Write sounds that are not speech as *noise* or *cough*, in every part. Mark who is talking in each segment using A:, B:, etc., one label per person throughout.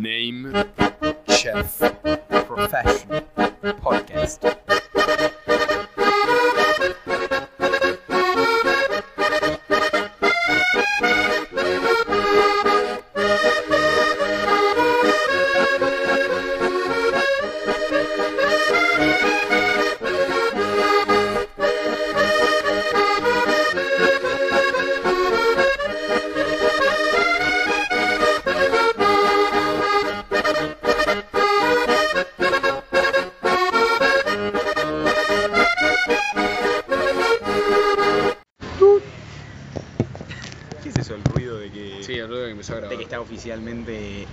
A: Name.
B: Chef Profession Podcast.
C: ¿Qué es eso? El ruido de que,
A: Sí, el ruido que empezó a grabar.
C: de que está oficialmente.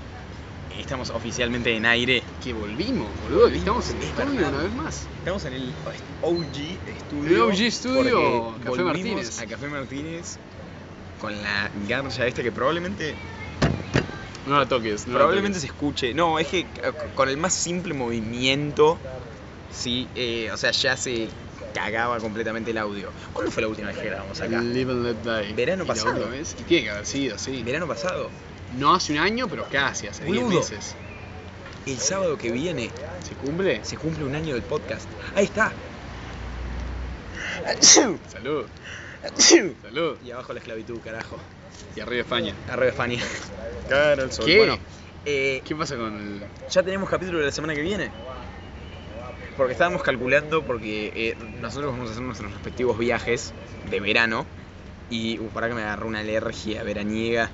C: Estamos oficialmente en aire.
A: Que volvimos, boludo. Que estamos en
C: Es
A: estudio
C: verdad.
A: una vez más.
C: Estamos en el OG Studio.
A: El OG Studio,
C: porque
A: Café
C: volvimos
A: Martínez.
C: A Café Martínez con la garcha esta que probablemente
A: No la toques. No la
C: probablemente
A: toques.
C: se escuche. No, es que eh, con el más simple movimiento, sí, eh, o sea, ya se cagaba completamente el audio. ¿Cuándo fue la última vez que grabamos acá?
A: Live and Let Die.
C: Verano
A: ¿Y la
C: pasado.
A: otra vez? Y tiene que haber sido, sí.
C: Verano pasado,
A: No hace un año, pero casi, hace 10
C: Boludo.
A: meses.
C: el sábado que viene,
A: ¿Se cumple?
C: se cumple un año del podcast. Ahí está.
A: Salud, salud.
C: Y abajo la esclavitud, carajo.
A: Y arriba España.
C: Arriba España. Cara el sol.
A: ¿Qué?
C: Bueno, eh,
A: ¿Qué pasa con el.?
C: ya tenemos capítulo de la semana que viene. Porque estábamos calculando, porque eh, nosotros vamos a hacer nuestros respectivos viajes de verano. Y uh, para que me agarró una alergia veraniega.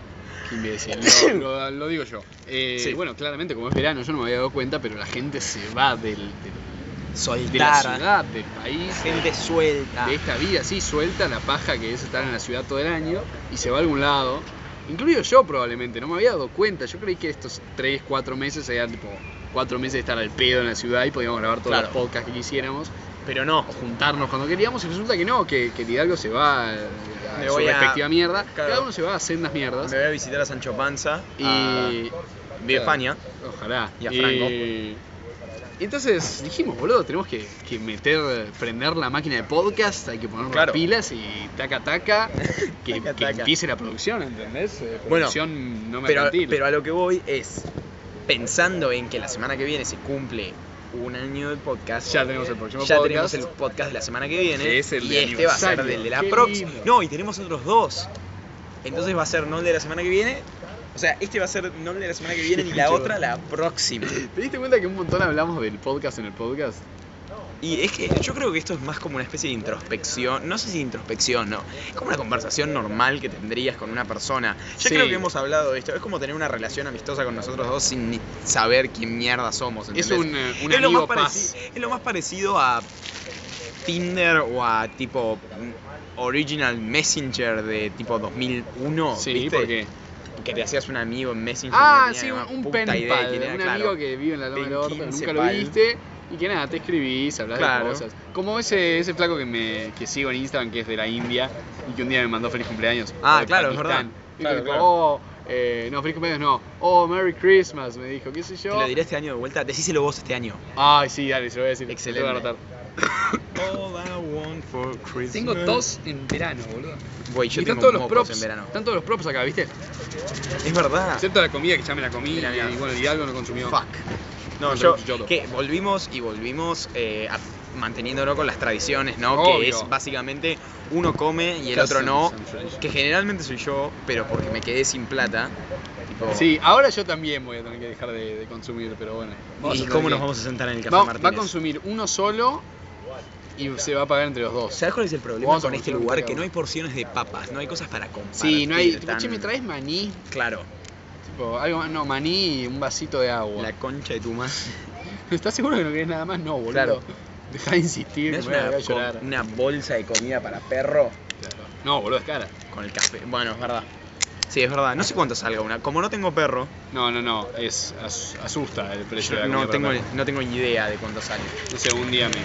A: Qué *laughs* imbécil. Lo, lo- lo digo yo. Eh,
C: Sí.
A: Bueno, claramente, como es verano, yo no me había dado cuenta, pero la gente se va del, del- de la
C: Soltar.
A: ciudad, del país.
C: Gente suelta.
A: de esta vida, sí, suelta la paja que es estar en la ciudad todo el año y se va a algún lado. Incluido yo probablemente, no me había dado cuenta. Yo creí que estos 3, 4 meses serían tipo 4 meses de estar al pedo en la ciudad y podíamos grabar todos
C: Claro.
A: los podcasts que quisiéramos,
C: Pero no.
A: o juntarnos cuando queríamos y resulta que no, que, que Hidalgo se va a, a
C: Me
A: su
C: voy a-
A: respectiva mierda.
C: Claro.
A: Cada uno se va a sendas mierdas.
C: Me voy a visitar a Sancho Panza.
A: Y...
C: a- de España.
A: Ojalá.
C: Y a Franco. pues.
A: Y- Entonces dijimos, boludo, tenemos que, que meter, prender la máquina de podcast, hay que poner las
C: Claro.
A: pilas y taca
C: *laughs*
A: taca, que,
C: Taca,
A: que
C: taca.
A: empiece la producción, ¿entendés? Eh,
C: Bueno,
A: producción no me
C: Pero, pero a lo que voy es, pensando en que la semana que viene se cumple un año del podcast,
A: Ya tenemos el próximo
C: ya
A: podcast.
C: tenemos el podcast de la semana que viene,
A: Que es el
C: y
A: de
C: este va a ser
A: aniversario.
C: del de la
A: Qué
C: próxima.
A: lindo.
C: No, y tenemos otros dos. Entonces va a ser no el de la semana que viene, o sea, este va a ser no el de la semana que viene y la
A: *laughs* Yo-
C: otra la próxima.
A: ¿Te diste cuenta que un montón hablamos del podcast en el podcast?
C: Y es que yo creo que esto es más como una especie de introspección, no sé si introspección, no, es como una conversación normal que tendrías con una persona. Yo
A: Sí.
C: creo que hemos hablado de esto, es como tener una relación amistosa con nosotros dos sin ni saber quién mierda somos.
A: Es
C: ¿entendés?
A: un, eh, un
C: es, lo más
A: amigo paz.
C: pareci- es lo más parecido a Tinder o a tipo mm, Original Messenger de tipo 2001.
A: sí,
C: ¿viste?
A: porque...
C: Que te hacías un amigo en Messenger.
A: Ah,
C: no tenía
A: sí,
C: la
A: un, un
C: puta
A: pen
C: idea de
A: pal,
C: quién era,
A: un
C: claro.
A: amigo que vive en la Loma del
C: Ten
A: Orto,
C: 15
A: nunca lo
C: pal.
A: viste. Y que nada, te escribís, hablas
C: Claro.
A: de cosas. Como ese, ese flaco que, me, que sigo en Instagram, que es de la India, y que un día me mandó feliz cumpleaños.
C: Ah,
A: o de
C: claro, es
A: Pakistán.
C: verdad.
A: Y
C: Claro,
A: tipo,
C: claro.
A: oh, eh, no, feliz cumpleaños no. Oh, Merry Christmas, me dijo, qué sé
C: Te
A: yo.
C: lo diré este año de vuelta, decíselo vos este año.
A: Ay, sí, dale, se lo voy a decir.
C: Excelente.
A: se lo voy a anotar.
C: All I want for Christmas.
A: Tengo tos en verano, boludo.
C: Güey,
A: y
C: yo
A: están
C: tengo
A: todos los
C: mocos
A: props.
C: en verano.
A: Están todos los props acá, ¿viste?
C: Es verdad.
A: Excepto la comida, que ya me la comí.
C: Mira, mira.
A: y bueno, el Hidalgo no consumió.
C: No,
A: No,
C: yo,
A: yo no.
C: que volvimos y volvimos eh, a- manteniéndolo con las tradiciones, ¿no?
A: Obvio.
C: Que es básicamente uno come y el
A: Ya
C: otro
A: son-
C: no.
A: son tradiciones.
C: Que generalmente soy yo, pero porque me quedé sin plata. tipo,
A: Sí, ahora yo también voy a tener que dejar de, de consumir, pero bueno. Vamos a
C: ¿Y
A: tener
C: cómo
A: que-
C: nos vamos a sentar en el café
A: Va,
C: Martínez?
A: va a consumir uno solo y se va a pagar entre los dos.
C: ¿Sabes cuál es el problema
A: Vamos a
C: con este
A: consumir
C: lugar?
A: cada
C: Que no
A: uno.
C: hay porciones de papas, no hay cosas para compartir.
A: Sí, no hay. Tipo,
C: tan-
A: che, ¿me traes maní?
C: Claro,
A: Tipo, algo más- no, maní y un vasito de agua.
C: la concha de tu madre.
A: *laughs* ¿Estás seguro que no querés nada más? No, boludo.
C: Claro.
A: Deja de insistir,
C: ¿Me
A: que
C: das
A: me voy a
C: una,
A: voy a llorar.
C: co- una bolsa de comida para perro?
A: Claro. No, boludo, es cara.
C: Con el café. Bueno, es verdad. Sí, es verdad. No sé cuánto salga una. Como no tengo perro,
A: No, no, no. Es, as- asusta el precio de
C: yo
A: la
C: no
A: comida
C: tengo,
A: para perro.
C: no tengo ni idea de cuánto sale.
A: No sé, un día me,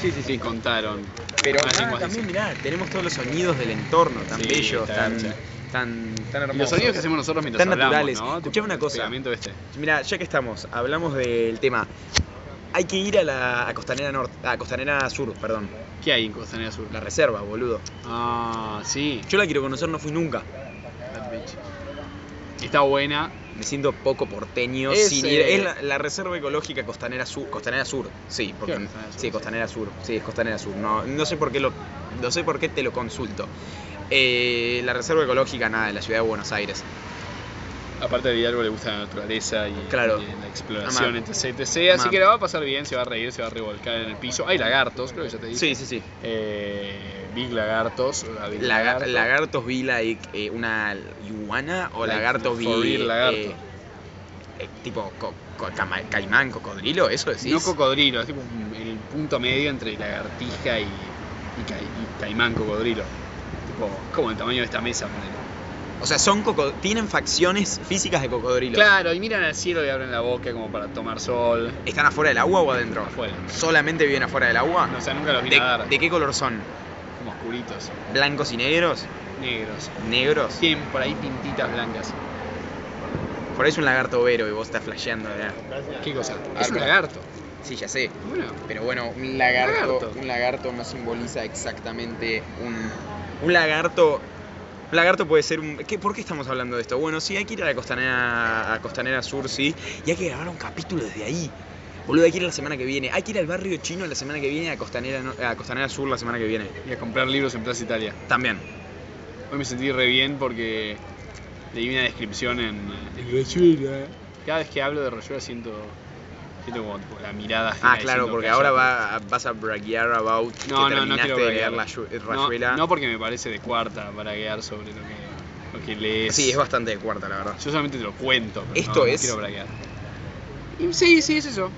C: Sí, sí,
A: me contaron.
C: Pero
A: Más
C: ah,
A: lenguas dicen.
C: también, mirá, tenemos todos los sonidos del entorno, tan
A: Sí,
C: bellos,
A: está
C: tan,
A: garcha.
C: tan, tan hermosos.
A: Y Los sonidos que hacemos nosotros mientras
C: Tan
A: hablamos,
C: naturales.
A: ¿no?
C: Escuchame
A: Tipo,
C: una
A: el
C: cosa.
A: pegamento este.
C: Mira, ya que estamos, hablamos del tema. Hay que ir a la a Costanera, Norte, a Costanera Sur, perdón.
A: ¿Qué hay en Costanera Sur?
C: La reserva, boludo.
A: Ah, sí.
C: Yo la quiero conocer, no fui nunca.
A: That bitch. Está buena,
C: Me siento poco porteño
A: Es,
C: sin ir.
A: eh,
C: Es la, la reserva ecológica Costanera Sur. Costanera Sur, sí, porque.
A: Claro, Costanera Sur,
C: sí,
A: sí.
C: Costanera Sur. Sí, es Costanera Sur. No, no sé por qué lo. No sé por qué te lo consulto. Eh, la reserva ecológica, nada, de la ciudad de Buenos Aires.
A: Aparte a Vidalgo le gusta la naturaleza y,
C: Claro.
A: y la exploración,
C: Ama.
A: etc, etc. Así
C: Ama.
A: que la va a pasar bien, se va a reír, se va a revolcar en el piso. Hay lagartos, creo que ya te dije.
C: Sí, sí, sí.
A: Eh, Big Lagartos. la Big
C: Laga-
A: Lagarto.
C: lagartos vi like eh, una iguana o
A: Like,
C: lagartos vi.
A: for real lagarto.
C: eh, eh, tipo co- co- cama- caimán, cocodrilo, eso decís.
A: No cocodrilo, es tipo un- el punto medio entre lagartija y, y ca- y caimán cocodrilo. Tipo, como el tamaño de esta mesa. ponele.
C: o sea, son coco- tienen facciones físicas de cocodrilo.
A: Claro, y miran al cielo y abren la boca como para tomar sol.
C: ¿Están afuera del agua o adentro?
A: Afuera.
C: ¿Solamente viven afuera del agua?
A: No, o sea, nunca los vi
C: ¿De,
A: nadar.
C: de qué color son?
A: Como oscuritos,
C: ¿Blancos y negros?
A: negros.
C: ¿Negros?
A: Tienen por ahí pintitas blancas.
C: Por ahí es un lagarto vero y vos estás flasheando, ¿verdad?
A: ¿Qué cosa? Es
C: Arco.
A: un lagarto.
C: Sí, ya sé.
A: Bueno,
C: Pero bueno, un lagarto,
A: Lagarto.
C: un lagarto no simboliza exactamente un... Un lagarto... Un lagarto puede ser un... ¿qué- ¿Por qué estamos hablando de esto? Bueno, sí, hay que ir a la costanera, a costanera sur, sí. Y hay que grabar un capítulo desde ahí. Boludo, hay que ir la semana que viene. Hay que ir al barrio chino la semana que viene, a costanera, no- a costanera sur la semana que viene.
A: y a comprar libros en Plaza Italia.
C: También.
A: Hoy me sentí re bien porque leí una descripción en, en Rayuela. Cada vez que hablo de Rayuela siento, siento como tipo, la mirada. ajena
C: Ah, claro,
A: diciendo,
C: porque
A: "Cállate".
C: ahora va- vas a braguear about
A: No,
C: que
A: no, no
C: terminaste
A: quiero
C: de leer
A: braguear.
C: la yu- eh,
A: No,
C: Rayuela.
A: No, porque me parece de cuarta para guiar sobre lo que, lo que lees.
C: Sí, es bastante de cuarta, la verdad.
A: Yo solamente te lo cuento. Pero
C: Esto
A: no, no
C: es-
A: quiero braguear. Y sí, sí, es eso.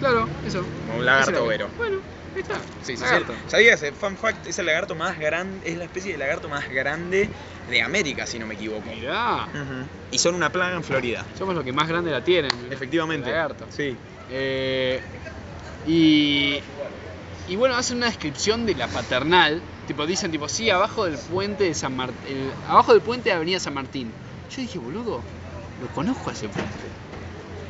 A: Claro, eso.
C: Como un lagarto
A: Ese era-
C: overo.
A: Bueno, ahí está.
C: Sí, sí,
A: Lagarto.
C: sí. ¿Sabías? eh, Fun fact, es el lagarto más grande, es la especie de lagarto más grande de América, si no me equivoco.
A: Mirá,
C: Ujú. Y son una plaga en Florida.
A: somos los que más grande la tienen.
C: Efectivamente.
A: Lagarto.
C: Sí.
A: Eh, y, y bueno, hacen una descripción de la paternal. Tipo, dicen, tipo, sí, abajo del puente de San Martín. Abajo del puente de Avenida San Martín. Yo dije, boludo, lo conozco a ese puente.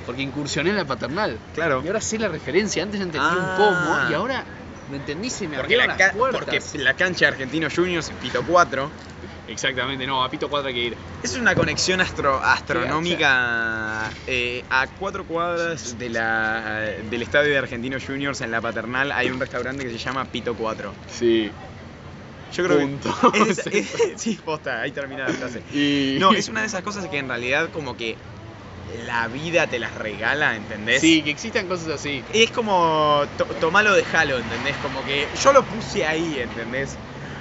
A: Porque incursioné en la paternal.
C: Claro.
A: Y ahora sé la referencia. Antes no entendí un
C: Ah.
A: pomo. Y ahora lo entendí se me
C: Porque
A: abrieron
C: la,
A: las
C: ca-
A: puertas.
C: porque la cancha de Argentino Juniors pito 4.
A: Exactamente, no, a Pito 4 hay que ir.
C: Es una conexión astro- astronómica eh, a cuatro cuadras de la, del estadio de Argentino Juniors en la paternal. Hay un restaurante que se llama Pito 4.
A: Sí.
C: Yo creo
A: Punto.
C: que.
A: *laughs*
C: *laughs* es- es- sí, posta, ahí termina la frase.
A: Y...
C: No, es una de esas cosas que en realidad, como que la vida te las regala, ¿entendés?
A: Sí, que existan cosas así.
C: Es como to tomalo, dejalo, ¿entendés? Como que yo lo puse ahí, ¿entendés?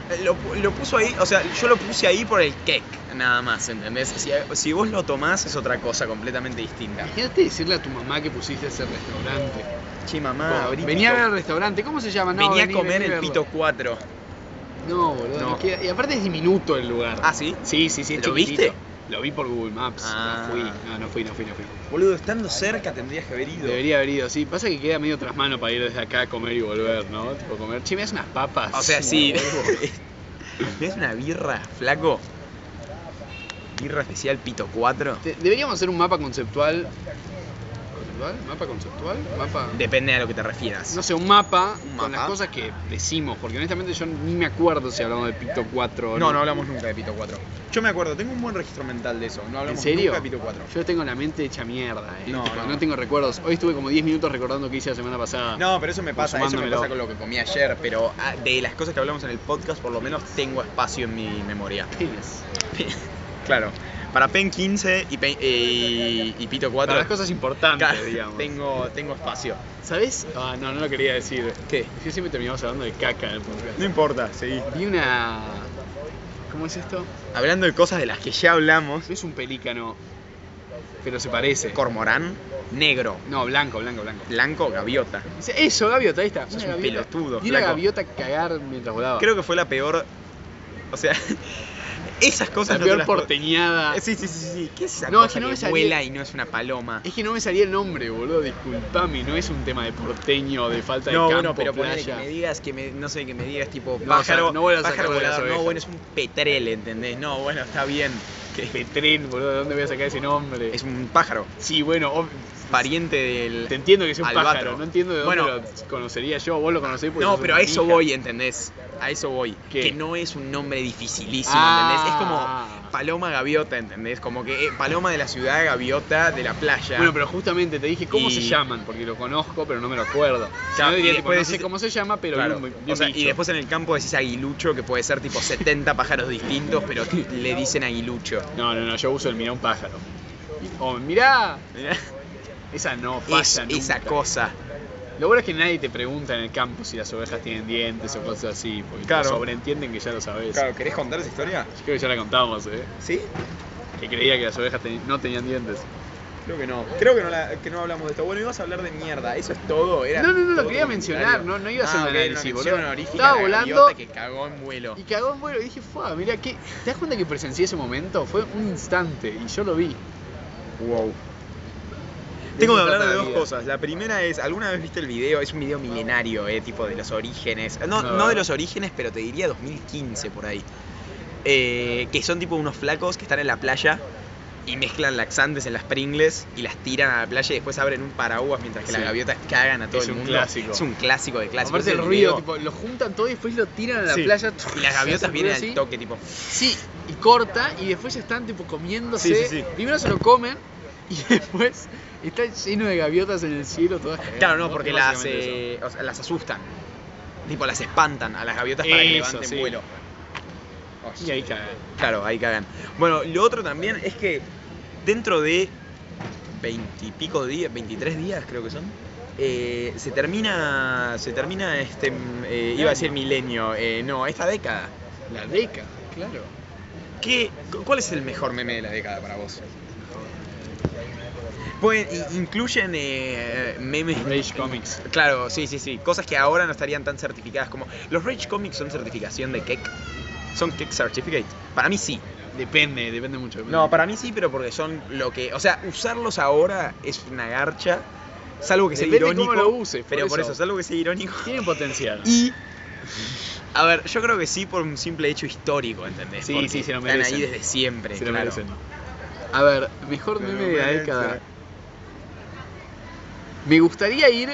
C: Eh, Lo, pu- lo puso ahí, o sea, yo lo puse ahí por el cake, nada más, ¿entendés? Si, si vos lo tomás es otra cosa completamente distinta.
A: Imagínate decirle a tu mamá que pusiste ese restaurante.
C: Che, mamá,
A: Tipo,
C: abrí
A: venía a
C: pito-
A: ver el restaurante, ¿cómo se llama? No,
C: Ah, venía
A: vení,
C: a comer
A: vení
C: el
A: verlo.
C: pito 4.
A: No, boludo.
C: No.
A: no queda- Y aparte es diminuto el lugar.
C: Ah, ¿sí?
A: Sí, sí, sí. es chiquitito.
C: ¿Lo viste?
A: Lo vi por Google Maps.
C: Ah.
A: No fui. No, no fui, no fui, no fui.
C: Boludo, estando cerca tendrías que haber ido.
A: Debería haber ido, sí. Pasa que queda medio tras mano para ir desde acá a comer y volver, ¿no? Tipo comer. Che, me das unas papas.
C: O sea, sí.
A: me
C: *laughs*
A: vuelvo.
C: ¿Es una birra, flaco? Birra especial Pito 4.
A: Te- Deberíamos hacer un mapa conceptual. ¿Conceptual? ¿Mapa conceptual? ¿Mapa?
C: Depende a lo que te refieras.
A: No sé, un mapa
C: ¿Un
A: con las
C: mapa?
A: cosas que decimos, porque honestamente yo ni me acuerdo si hablamos de Pito 4 o
C: No, no hablamos nunca de Pito 4. Yo me acuerdo, tengo un buen registro mental de eso. No
A: ¿En
C: hablamos
A: serio?
C: nunca de Pito 4.
A: Yo tengo la mente hecha mierda, eh.
C: No,
A: No,
C: no.
A: no. tengo recuerdos. Hoy estuve como 10 minutos recordando qué hice la semana pasada.
C: No, pero eso me pasa, eso me
A: Consumándomelo.
C: pasa con lo que comí ayer, pero ah, de las cosas que hablamos en el podcast por lo menos tengo espacio en mi memoria. *laughs*
A: Penes.
C: Claro, para PEN 15 y, Pen- eh, y Pito 4
A: Para las cosas importantes,
C: claro,
A: digamos.
C: tengo, tengo espacio.
A: ¿Sabes? Ah, no, no lo quería decir.
C: ¿Qué?
A: Es que siempre terminamos hablando de caca en el podcast.
C: No importa, sí.
A: Vi una. ¿Cómo es esto?
C: Hablando de cosas de las que ya hablamos,
A: No es un pelícano, pero se parece.
C: Cormorán, negro,
A: no, blanco, blanco, blanco.
C: blanco, gaviota.
A: Dice, Eso, gaviota, ahí está.
C: Sos
A: Una
C: un
A: gaviota.
C: pelotudo,
A: Vi una
C: flaco.
A: gaviota cagar mientras volaba.
C: Creo que fue la peor. O sea, *laughs* esas cosas
A: la
C: no te
A: peor
C: las-
A: porteñada.
C: Eh, Sí, sí, sí, sí. ¿Qué es esa
A: No, es
C: cosa
A: que no
C: que,
A: me salía-
C: vuela y no es una paloma?
A: Es que no me salía el nombre, boludo. Disculpame, no es un tema de porteño, de falta de
C: No,
A: campo,
C: bueno, pero ponele que
A: playa.
C: me digas que me, no sé, que me digas tipo
A: No,
C: pájaro,
A: o sea, no vuelvas a
C: pájaro
A: sacar de las
C: volador, no,
A: orejas.
C: bueno, es un petrel, ¿entendés? No, bueno, está bien. que-
A: Petrín, boludo, ¿de dónde voy a sacar ese nombre?
C: Es un pájaro,
A: Sí, bueno, ob-
C: pariente del...
A: te entiendo que sea un
C: Albatro.
A: pájaro, no entiendo de dónde
C: Bueno.
A: lo conocería yo, vos lo conocés porque
C: No,
A: sos
C: pero
A: pues, una
C: a eso eh.
A: pija.
C: voy, ¿entendés? A eso voy.
A: ¿Qué?
C: Que no es un nombre dificilísimo, ¿entendés? Es como
A: Ah.
C: paloma gaviota, ¿entendés? Como que eh, paloma de la ciudad, gaviota de la playa.
A: Bueno, pero justamente te dije cómo
C: Y-
A: se llaman, porque lo conozco, pero no me lo acuerdo. Si
C: Ya,
A: no,
C: y
A: diría, tipo,
C: después
A: no
C: decís-
A: sé cómo se llama, pero
C: Claro.
A: bien- bien
C: O sea, y
A: bicho.
C: después en el campo decís aguilucho, que puede ser tipo
A: *laughs*
C: 70 pájaros distintos, pero le dicen aguilucho.
A: No, no, no, yo uso el mirá un pájaro. O mirá, esa no
C: Es,
A: falla nunca.
C: esa cosa.
A: Lo bueno es que nadie te pregunta en el campo si las ovejas tienen dientes o cosas así, porque
C: Claro.
A: te sobreentienden que ya lo sabes.
C: ¿querés contar esa historia?
A: Yo creo que ya la contamos, ¿eh?
C: ¿Sí?
A: Que creía que las ovejas teni- no tenían dientes.
C: Creo que no. Creo que no, la- que no hablamos de esto. Bueno, ibas a hablar de mierda. Eso es todo. Era
A: No, no, no, lo
C: todo
A: quería
C: comentario.
A: mencionar, no- no iba a hacer
C: Ah,
A: un
C: ok, era una
A: análisis,
C: mención
A: boludo.
C: honorífica
A: Estaba
C: a la
A: volando-
C: gaviota que cagó en vuelo.
A: Y cagó en vuelo y dije, fuah, mira, ¿qué? ¿te das cuenta que presencié ese momento? Fue un instante y yo lo vi.
C: Wow.
A: De
C: Tengo que
A: eso
C: hablar
A: trata
C: de
A: la
C: dos
A: vida.
C: cosas. La primera es, ¿alguna vez viste el video? Es un video milenario, eh, tipo de los orígenes. No,
A: No.
C: no de los orígenes, pero te diría 2015 por ahí. Eh, que son tipo unos flacos que están en la playa y mezclan laxantes en las Pringles y las tiran a la playa y después abren un paraguas mientras que
A: Sí.
C: las gaviotas cagan a todo
A: Es
C: el
A: un
C: mundo.
A: clásico.
C: Es un clásico de clásicos.
A: Aparte
C: Es
A: el
C: video-
A: ruido, tipo, lo juntan todo y después lo tiran a la
C: Sí.
A: playa.
C: Y las
A: Hacen *laughs*
C: gaviotas vienen
A: ruido así.
C: al toque, tipo.
A: Sí, y corta y después ya están tipo comiéndose.
C: Sí, sí, sí.
A: Primero se lo comen y *laughs* después está lleno de gaviotas en el cielo. Todas
C: Claro,
A: cagadas,
C: no, porque las,
A: Eh, Básicamente eso.
C: eh, o sea, las asustan. Tipo, las espantan a las gaviotas para que
A: Eso,
C: levanten
A: sí.
C: vuelo.
A: Y ahí cagan.
C: Claro, ahí cagan. Bueno, lo otro también es que dentro de veintipico días, 23 días creo que son, eh, se termina, se termina este, mm, eh, iba a decir milenio, eh, no, esta década.
A: La década, claro.
C: ¿Qué, cu- ¿Cuál es el mejor meme de la década para vos? Pueden, Pues, i- incluyen eh, memes
A: Rage Comics.
C: Claro, sí, sí, sí. Cosas que ahora no estarían tan certificadas como. ¿Los Rage Comics son certificación de Keck? ¿Son Keck Certificate? Para mí sí.
A: Depende, depende mucho. depende.
C: No, para mí sí, pero porque son lo que. O sea, usarlos ahora es una garcha. Salvo que sea
A: Depende
C: irónico.
A: cómo lo uses, por
C: pero por
A: eso.
C: eso, salvo que sea irónico.
A: Tiene potencial.
C: Y. *laughs* A ver, yo creo que sí por un simple hecho histórico, ¿entendés?
A: Sí,
C: Porque
A: sí, se lo
C: Están ahí
A: merecen.
C: desde siempre,
A: Se lo
C: claro.
A: merecen. A ver, mejor
C: Me lo
A: meme de la
C: merece.
A: década. Me gustaría ir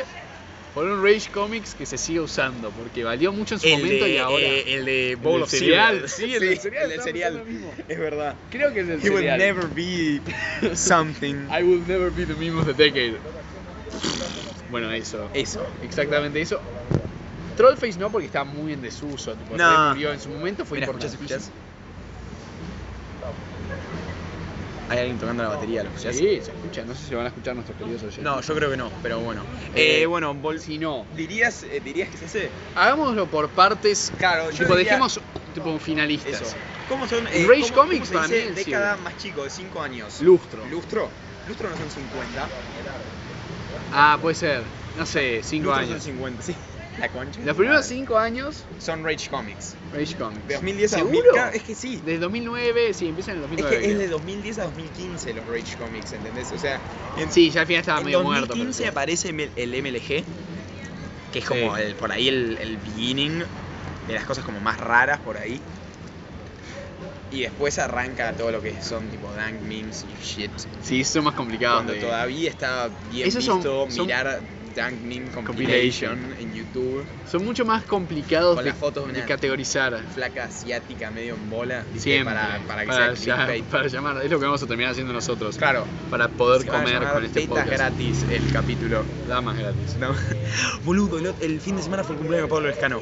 A: por un Rage Comics que se siga usando, porque valió mucho en su
C: El
A: momento
C: de,
A: y ahora.
C: eh, el de
A: del
C: Bowl of
A: cereal.
C: Cereal.
A: Sí, el del cereal,
C: el del
A: estaba
C: cereal.
A: pensando lo mismo.
C: Es verdad.
A: Creo que es el
C: He will
A: cereal.
C: never be *laughs* something.
A: I will never be the meme of the decade. Bueno, eso.
C: Eso.
A: Exactamente eso. Trollface no, porque está muy en desuso. Tipo, re
C: No.
A: murió en su momento, fue
C: Mira, escuchás,
A: importante.
C: escuchás. Hay alguien tocando la batería, ¿lo escuchás?
A: Sí, se escucha. No sé si lo van a escuchar nuestros queridos oyentes.
C: No, yo creo que no, pero bueno. Eh,
A: Eh,
C: bueno, vol-
A: Si no,
C: ¿Dirías, eh, ¿Dirías que es ese?
A: hagámoslo por partes.
C: Claro, yo
A: tipo,
C: diría-
A: dejemos tipo finalistas.
C: Eso. ¿Cómo son? eh,
A: Rage
C: cómo-
A: Comics
C: cómo
A: para
C: se dice
A: mí, sí.
C: década más chico, de 5 años.
A: Lustro.
C: Lustro. Lustro no son 50.
A: Ah, puede ser. No sé, 5
C: Lustro
A: años.
C: son 50, sí. *laughs* La concha. de
A: Los
C: su
A: primeros
C: madre.
A: 5 años,
C: Son Rage Comics.
A: Rage Comics.
C: De 2010 a
A: ¿Seguro?
C: 2000, es que sí.
A: Desde 2009, sí, empieza en el
C: Es
A: 2009.
C: que es de
A: creo.
C: 2010 a 2015 los Rage Comics, ¿entendés? O sea, en,
A: Sí, ya al final estaba
C: en
A: medio
C: 2015
A: muerto. pero-
C: aparece el- el MLG, que es como
A: Sí.
C: el- por ahí el, el beginning de las cosas como más raras por ahí. Y después arranca todo lo que son tipo dank memes y shit.
A: Sí, son más complicados.
C: cuando
A: de-
C: todavía estaba bien
A: Esos son-
C: visto
A: son-
C: mirar dank meme
A: Compilation.
C: compilation, en YouTube,
A: Son mucho más complicados
C: Con
A: de,
C: las fotos de
A: de
C: una-
A: categorizar.
C: flaca asiática medio en bola, ¿viste?
A: Siempre.
C: para, para que sea
A: ya-
C: clickbait.
A: para llamar. Es lo que vamos a terminar haciendo nosotros.
C: Claro,
A: Para poder
C: se van a
A: comer
C: llamar
A: con este
C: tetas
A: podcast.
C: gratis el capítulo.
A: Damas gratis.
C: No. *laughs* Boludo, el, el fin de semana fue el cumpleaños de Pablo Lescano.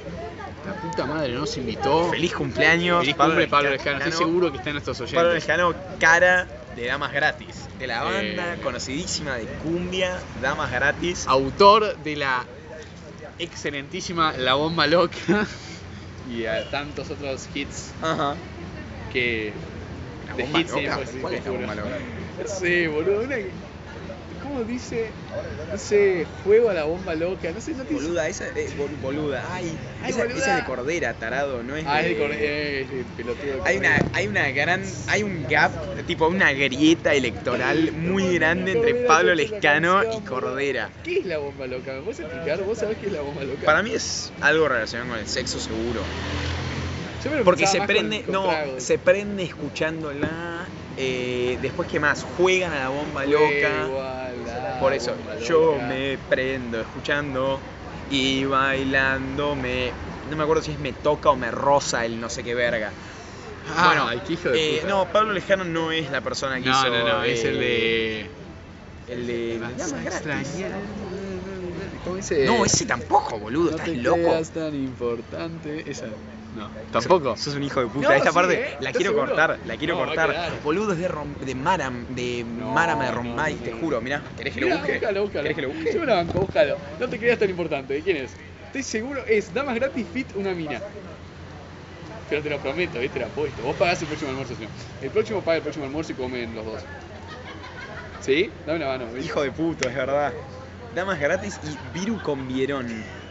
A: La puta madre nos invitó.
C: Feliz cumpleaños.
A: Feliz cumple, Pablo Lescano. Estoy seguro que está en nuestros oyentes.
C: Pablo Lescano, cara de Damas Gratis. De la banda
A: Eh.
C: conocidísima de Cumbia, Damas Gratis.
A: Autor de la excelentísima La Bomba Loca. *laughs* y a tantos otros hits
C: Ajá.
A: que.
C: La
A: de
C: bomba
A: hits, sí,
C: loca.
A: pues, sí,
C: ¿Cuál
A: te
C: es la
A: juro.
C: bomba loca?
A: No sé, boludo. Una... ¿Cómo dice? No sé, juego a la bomba loca. No sé, no tiene
C: Boluda, esa. eh, bol- boluda. Ay,
A: Ay,
C: esa,
A: boluda.
C: esa es de Cordera, tarado, no es
A: Ah,
C: de-
A: es de Corne- eh, es de pelotudo de
C: Hay una,
A: Cornell.
C: hay una gran, hay un gap, tipo una grieta electoral muy grande entre Pablo Lescano y Cordera.
A: ¿Qué es la bomba loca? ¿Me puedes explicar? ¿Vos sabés qué es la bomba loca?
C: Para mí es algo relacionado con el sexo seguro.
A: Yo me lo
C: Porque
A: pensaba
C: se
A: más
C: prende,
A: con- con
C: no,
A: tragos.
C: se prende escuchándola. eh, después, ¿qué más? Juegan a la bomba loca.
A: Juego a la
C: Por eso,
A: bomba
C: yo
A: loca.
C: me prendo escuchando y bailando. Me, no me acuerdo si es me toca o me rosa el no sé qué verga.
A: Ah,
C: bueno,
A: qué hijo de
C: eh,
A: puta.
C: no, Pablo Lejano no es la persona que
A: No,
C: hizo,
A: no, no, es
C: eh,
A: el de.
C: El de.
A: Vas a
C: Damas Gratis.
A: extrañar. ¿Cómo dice?
C: No, ese tampoco, boludo,
A: No
C: estás
A: te
C: loco.
A: creas tan importante. Esa. No, tampoco.
C: Sos un hijo de puta.
A: No,
C: Esta
A: sí,
C: parte
A: ¿eh?
C: la
A: ¿Estás
C: quiero
A: seguro?
C: cortar, la quiero
A: No, va a
C: cortar.
A: quedar.
C: Boludo, es de, Rom- de Maram, de
A: No,
C: Maram de
A: no,
C: Rombay,
A: no,
C: te
A: no.
C: juro. Mirá, ¿querés que lo
A: Mirá,
C: busque?
A: Búscalo, búscalo.
C: ¿Querés que lo
A: Yo
C: busque?
A: me la banco, búscalo. No te creas tan importante. ¿De quién es? Estoy seguro es Damas Gratis Fit una mina. Pero te lo prometo, ¿eh? te lo apuesto. Vos pagás el próximo almuerzo, señor. El próximo paga el próximo almuerzo y comen los dos. ¿Sí? Dame una mano. ¿ves?
C: Hijo de puto, es verdad. Damas gratis y Viru con Vierón.
A: *laughs*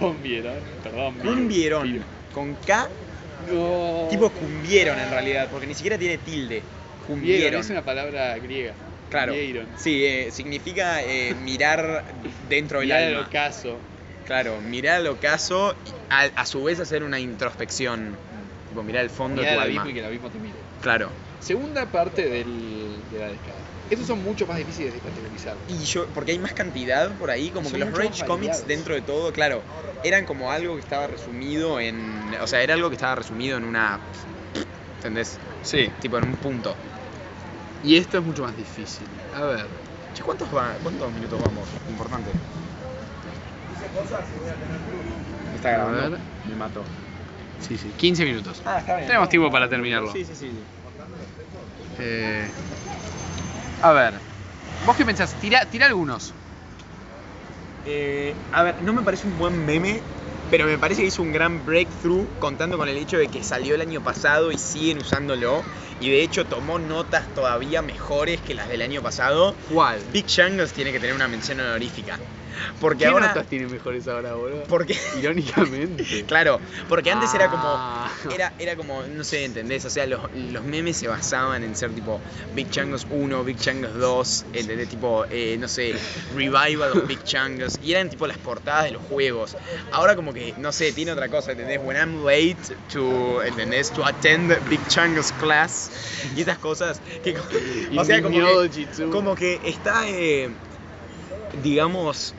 A: Con Vieron. Perdón,
C: Con
A: Vieron.
C: Vierón. Con K,
A: No.
C: tipo cumbieron en realidad, porque ni siquiera tiene tilde.
A: Vieron.
C: Cumbieron.
A: Es una palabra griega.
C: Claro.
A: Vieron.
C: Sí, eh, significa eh, mirar dentro del
A: Mirá el
C: alma.
A: ocaso.
C: Claro, mirar al ocaso y a, a su vez hacer una introspección. Tipo, mirar el fondo
A: Mirá el
C: de tu
A: abismo
C: alma.
A: y que el abismo te mire.
C: Claro.
A: Segunda parte del, de la década. Estos son mucho más difíciles de categorizar.
C: Y yo, porque hay más cantidad por ahí, como
A: Son
C: que los
A: mucho más
C: Rage Comics
A: variados.
C: dentro de todo, claro, eran como algo que estaba resumido en. O sea, era algo que estaba resumido en una. ¿Entendés?
A: Sí.
C: Tipo en un punto.
A: Y esto es mucho más difícil. A ver.
C: Che, ¿cuántos, va- ¿cuántos minutos vamos? Importante. Está
A: A
C: grabando.
A: ver.
C: Me mato.
A: Sí, sí. 15 minutos.
C: Ah, está bien.
A: Tenemos tiempo para terminarlo.
C: Sí, sí, sí.
A: Eh, a ver. ¿Vos qué pensás? Tira, tira algunos.
C: Eh, a ver, no me parece un buen meme, pero me parece que hizo un gran breakthrough contando con el hecho de que salió el año pasado y siguen usándolo. Y de hecho tomó notas todavía mejores que las del año pasado.
A: ¿Cuál?
C: Big Shangles tiene que tener una mención honorífica. Porque
A: ¿Qué
C: ahora.
A: notas tienen mejores ahora, boludo?
C: Porque.
A: Irónicamente.
C: *laughs* Claro, porque antes era
A: Ah.
C: como. Era, era como, no sé, ¿entendés? O sea, los, los memes se basaban en ser tipo Big Changos 1, Big Changos 2, ¿entendés? Tipo, eh, no sé, Revival of Big Changos. Y eran tipo las portadas de los juegos. Ahora como que, no sé, tiene otra cosa, ¿entendés? When I'm late to, ¿entendés? To attend Big Changos class. Y estas cosas que...
A: Y
C: O sea, como
A: Minyology,
C: que,
A: too.
C: como que está, eh, digamos,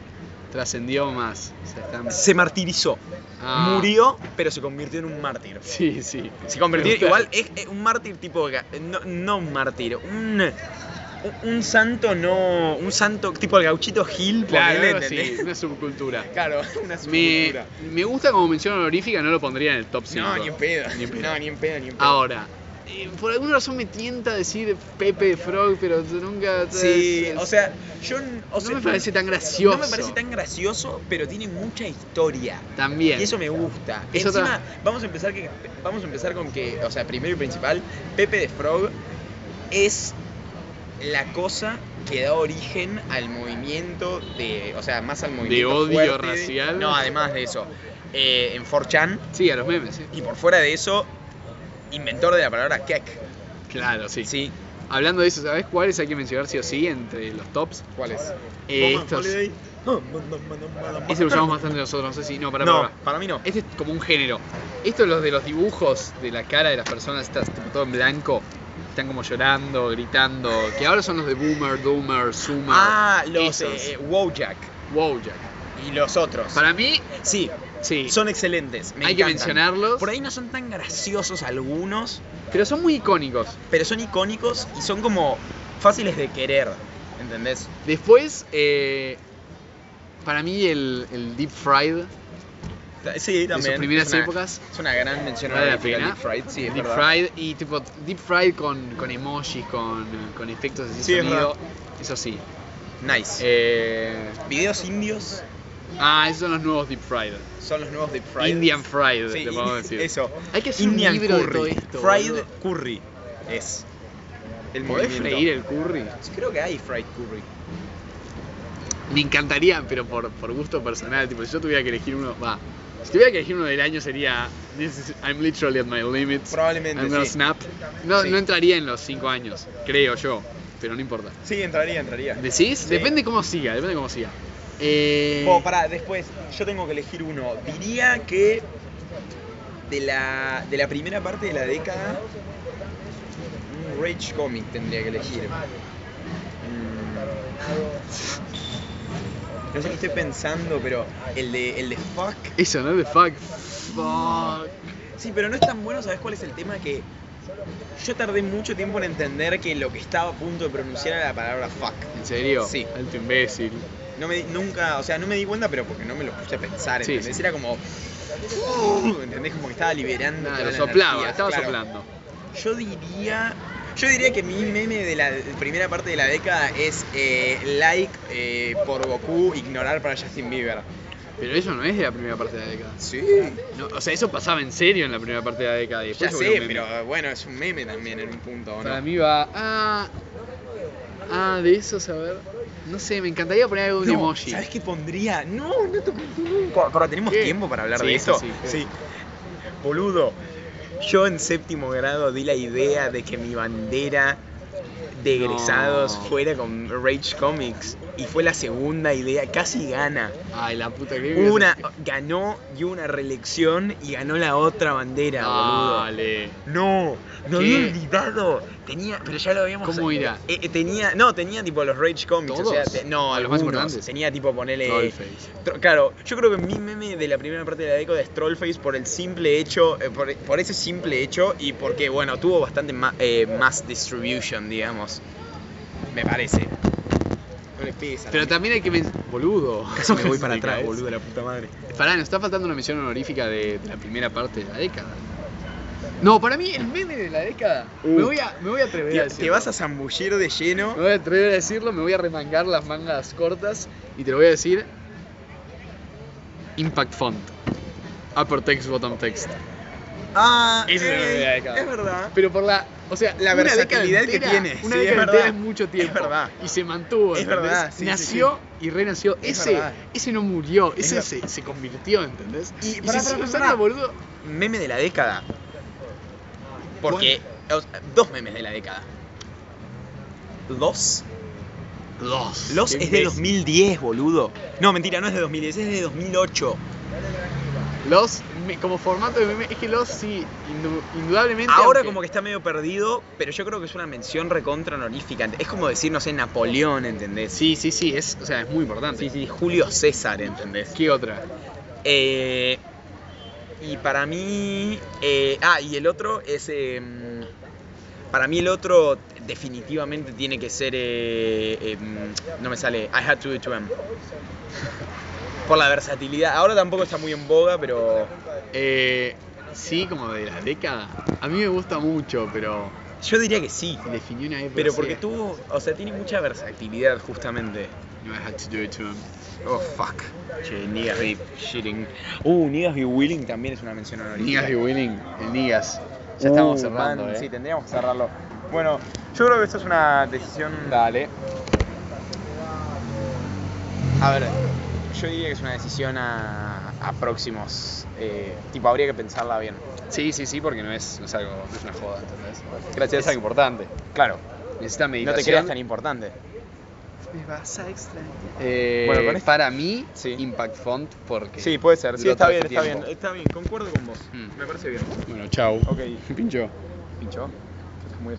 A: Trascendió más. O sea, están-
C: se martirizó.
A: Ah.
C: Murió, pero se convirtió en un mártir.
A: Sí, sí.
C: Se convirtió
A: Me gusta.
C: igual, es, es un mártir tipo, ga- no, no un mártir, un, un, un santo no, un santo tipo el gauchito Gil,
A: Claro,
C: ponele,
A: algo así,
C: ¿entendés?
A: una subcultura.
C: *laughs* Claro, una
A: Me,
C: subcultura.
A: me gusta como mención honorífica, no lo pondría en el top 5.
C: No, ni en pedo,
A: Ni en pedo.
C: *laughs* no, ni en pedo, ni en pedo.
A: Ahora, eh, por alguna razón me tienta decir Pepe de Frog, pero nunca.
C: Sí,
A: es-
C: o sea, yo n- o
A: No
C: sea,
A: me parece tan gracioso.
C: No me parece tan gracioso, pero tiene mucha historia.
A: También.
C: Y eso me gusta.
A: Es
C: Encima,
A: otra-
C: vamos a empezar que vamos a empezar con que, o sea, primero y principal, Pepe de Frog es la cosa que da origen al movimiento de, o sea, más al movimiento
A: odio
C: fuerte de-
A: racial.
C: No, además de eso, eh, en 4chan
A: Sí, a los memes, sí.
C: y por fuera de eso, inventor de la palabra kek.
A: Claro, sí.
C: Sí.
A: Hablando de eso, ¿sabes cuáles hay que mencionar sí o sí entre los tops?
C: ¿Cuál es?
A: Eh, estos. Ese lo usamos bastante nosotros, no sé si. No, para,
C: No, para mí no.
A: Este es como un género. Estos los de los dibujos de la cara de las personas, estás todo en blanco. Están como llorando, gritando. Que ahora son los de Boomer, Doomer, Zoomer.
C: Ah, los
A: esos.
C: eh, Wojak
A: Wojak.
C: y los otros.
A: Para mí,
C: Sí,
A: sí.
C: son excelentes. me
A: Hay que
C: encantan.
A: mencionarlos.
C: Por ahí no son tan graciosos algunos,
A: Pero son muy icónicos.
C: pero son icónicos y son como fáciles de querer. ¿Entendés?
A: Después, eh, para mí, el, el Deep Fried.
C: Ta- Sí, también.
A: sus primeras
C: es una-
A: épocas.
C: Es una gran mención
A: Vale la
C: honorífica,
A: pena.
C: Deep Fried, sí, es
A: Deep
C: verdad.
A: Fried y tipo Deep Fried con, con emojis, con, con efectos de
C: Sí, es
A: sonido. Eso sí.
C: Nice.
A: Eh,
C: Videos indios
A: ah, esos son los nuevos Deep Fried.
C: son los nuevos Deep Fried.
A: Indian Fried,
C: Sí,
A: te podemos
C: *laughs*
A: decir.
C: Eso.
A: Hay que hacer un
C: Indian
A: libro de
C: curry.
A: todo esto,
C: Fried
A: boludo.
C: curry es. El
A: ¿Podés
C: movimiento.
A: freír el curry?
C: Creo que hay fried curry.
A: Me encantaría, pero por, por gusto personal. Tipo, si yo tuviera que elegir uno, va. Si tuviera que elegir uno del año sería This is- I'm literally at my limits.
C: Probablemente,
A: I'm gonna
C: sí.
A: snap. No,
C: Sí.
A: no entraría en los 5 años, creo yo, pero no importa.
C: Sí, entraría, entraría.
A: ¿Decís?
C: Sí.
A: Depende cómo siga, depende cómo siga. Eh,
C: Bueno, pará, después, yo tengo que elegir uno. Diría que de la, de la primera parte de la década, un Rage Comic tendría que elegir. Mm. No sé qué estoy pensando, pero el de, el de Fuck.
A: Eso, ¿no? The fuck. Fuck.
C: Sí, pero no es tan bueno, ¿sabes cuál es el tema? Que yo tardé mucho tiempo en entender que lo que estaba a punto de pronunciar era la palabra fuck.
A: ¿En serio?
C: Sí.
A: Alto imbécil.
C: No me di- nunca, o sea, no me di cuenta, pero porque no me lo puse a pensar,
A: Sí,
C: ¿entendés?
A: sí.
C: Era como... "Uh", ¿Entendés? Como que estaba liberando...
A: Nada,
C: toda
A: lo
C: la
A: soplaba,
C: energía,
A: estaba
C: claro.
A: soplando.
C: Yo diría... Yo diría que mi meme de la primera parte de la década es eh, like eh, por Goku, ignorar para Justin Bieber.
A: Pero eso no es de la primera parte de la década.
C: Sí.
A: No, o sea, eso pasaba en serio en la primera parte de la década. y
C: Ya
A: después se volvió
C: sé,
A: un meme.
C: pero bueno, es un meme también en un punto, ¿o
A: Para
C: ¿no?
A: mí va. Ah, ah, de eso saber. No sé, me encantaría poner algo de un
C: No,
A: emoji.
C: ¿Sabes qué pondría? No, no toqué nunca. Pero tenemos
A: ¿Qué?
C: tiempo para hablar
A: Sí,
C: de
A: eso
C: esto.
A: sí, claro.
C: sí. Boludo, yo en séptimo grado di la idea de que mi bandera de
A: No.
C: egresados fuera con Rage Comics y fue la segunda idea, casi gana.
A: Ay, la puta que me-
C: Una ganó y una reelección y ganó la otra bandera, boludo.
A: Dale.
C: No, me
A: ¿Qué?
C: había olvidado. Tenía, pero ya lo habíamos.
A: ¿Cómo irá?
C: Eh, eh, tenía, no, tenía tipo los Rage Comics. O sea,
A: ¿Todos?
C: te- no,
A: Ah, los
C: algunos.
A: más importantes.
C: Tenía tipo ponerle.
A: Trollface.
C: Claro, yo creo que mi meme de la primera parte de la década es Trollface por el simple hecho, eh, por, por ese simple hecho y porque, bueno, tuvo bastante ma- eh, más distribution, digamos. Me parece. No le pegues a la
A: Pero
C: *laughs* mesa.
A: también eh. hay que. men- Boludo.
C: Casi
A: *laughs*
C: me voy para
A: Me
C: atrás,
A: caes.
C: boludo, la puta madre.
A: Pará, nos está faltando una mención honorífica de, de la primera parte de la década. No, para mí el meme de la década.
C: Uh.
A: Me, voy a, me voy a ¿Eh? atrever a
C: Te,
A: decirlo.
C: te vas a zambullir de lleno.
A: Me voy a atrever a decirlo, me voy a remangar las mangas cortas y te lo voy a decir. Impact Font. Upper text, bottom text.
C: Ah,
A: Esa es la
C: ey,
A: primera década.
C: Es verdad.
A: Pero por la. O sea,
C: La
A: una
C: versatilidad
A: década
C: que
A: entera-
C: tiene,
A: Una
C: sí, es
A: década
C: verdad.
A: entera es mucho tiempo.
C: Es verdad.
A: Y se mantuvo.
C: Es
A: ¿entendés?
C: verdad, sí, sí,
A: Nació y renació.
C: Es
A: ese,
C: verdad.
A: ese no murió.
C: Es
A: Ese
C: ver-
A: se, se convirtió, ¿entendés?
C: Y pará,
A: se-
C: pará, pará,
A: se-
C: pará.
A: boludo.
C: meme de la década. Porque. o sea, dos memes de la década. Los.
A: Los.
C: Los
A: Qué
C: es de
A: imbécil.
C: 2010, boludo. No, mentira, no es de 2010, es de 2008.
A: Los, me- como formato de meme, es que los sí, indu- indudablemente.
C: Ahora
A: aunque-
C: como que está medio perdido, pero yo creo que es una mención recontra honorífica. Es como decir, no sé, Napoleón, ¿entendés?
A: Sí, sí, sí, es, o sea, es muy importante.
C: Sí, sí, Julio César, ¿entendés?
A: ¿Qué otra?
C: Eh, y para mí. eh, ah, y el otro es. eh, para mí el otro definitivamente tiene que ser. eh, eh, no me sale. I had to do it to him. *laughs* Por la versatilidad. Ahora tampoco está muy en boga, pero.
A: Eh, sí, como de la década. A mí me gusta mucho, pero
C: Yo diría que sí.
A: definió una época.
C: Pero porque
A: sí.
C: tú. O sea, tiene mucha versatilidad, justamente.
A: No, I had to do it to him.
C: Oh, fuck. Che, Niggas Be Shitting. Uh, Niggas Be Willing también es una mención honorífica.
A: Nigas y Winning, el Nigas. Ya
C: Uh,
A: estamos cerrando,
C: man,
A: eh.
C: Sí, tendríamos que cerrarlo. Bueno, yo creo que esto es una decisión.
A: Dale.
C: A ver, yo diría que es una decisión a, a próximos. eh, tipo, habría que pensarla bien.
A: Sí, sí, sí, porque no es, no es algo, no es una joda, ¿entendés?
C: Gracias.
A: Es algo importante.
C: Claro,
A: Necesita
C: no
A: medicación.
C: te creas tan importante.
A: Me vas a extrañar. Eh,
C: Bueno, con esto-
A: para mí,
C: Sí.
A: Impact Font, porque...
C: Sí, puede ser. Sí,
A: Duró
C: está bien,
A: tanto
C: está bien.
A: tiempo.
C: Está bien, concuerdo con vos.
A: Mm.
C: Me parece bien.
A: *laughs* Bueno, chao.
C: Ok,
A: Pincho.
C: pincho. Estás muy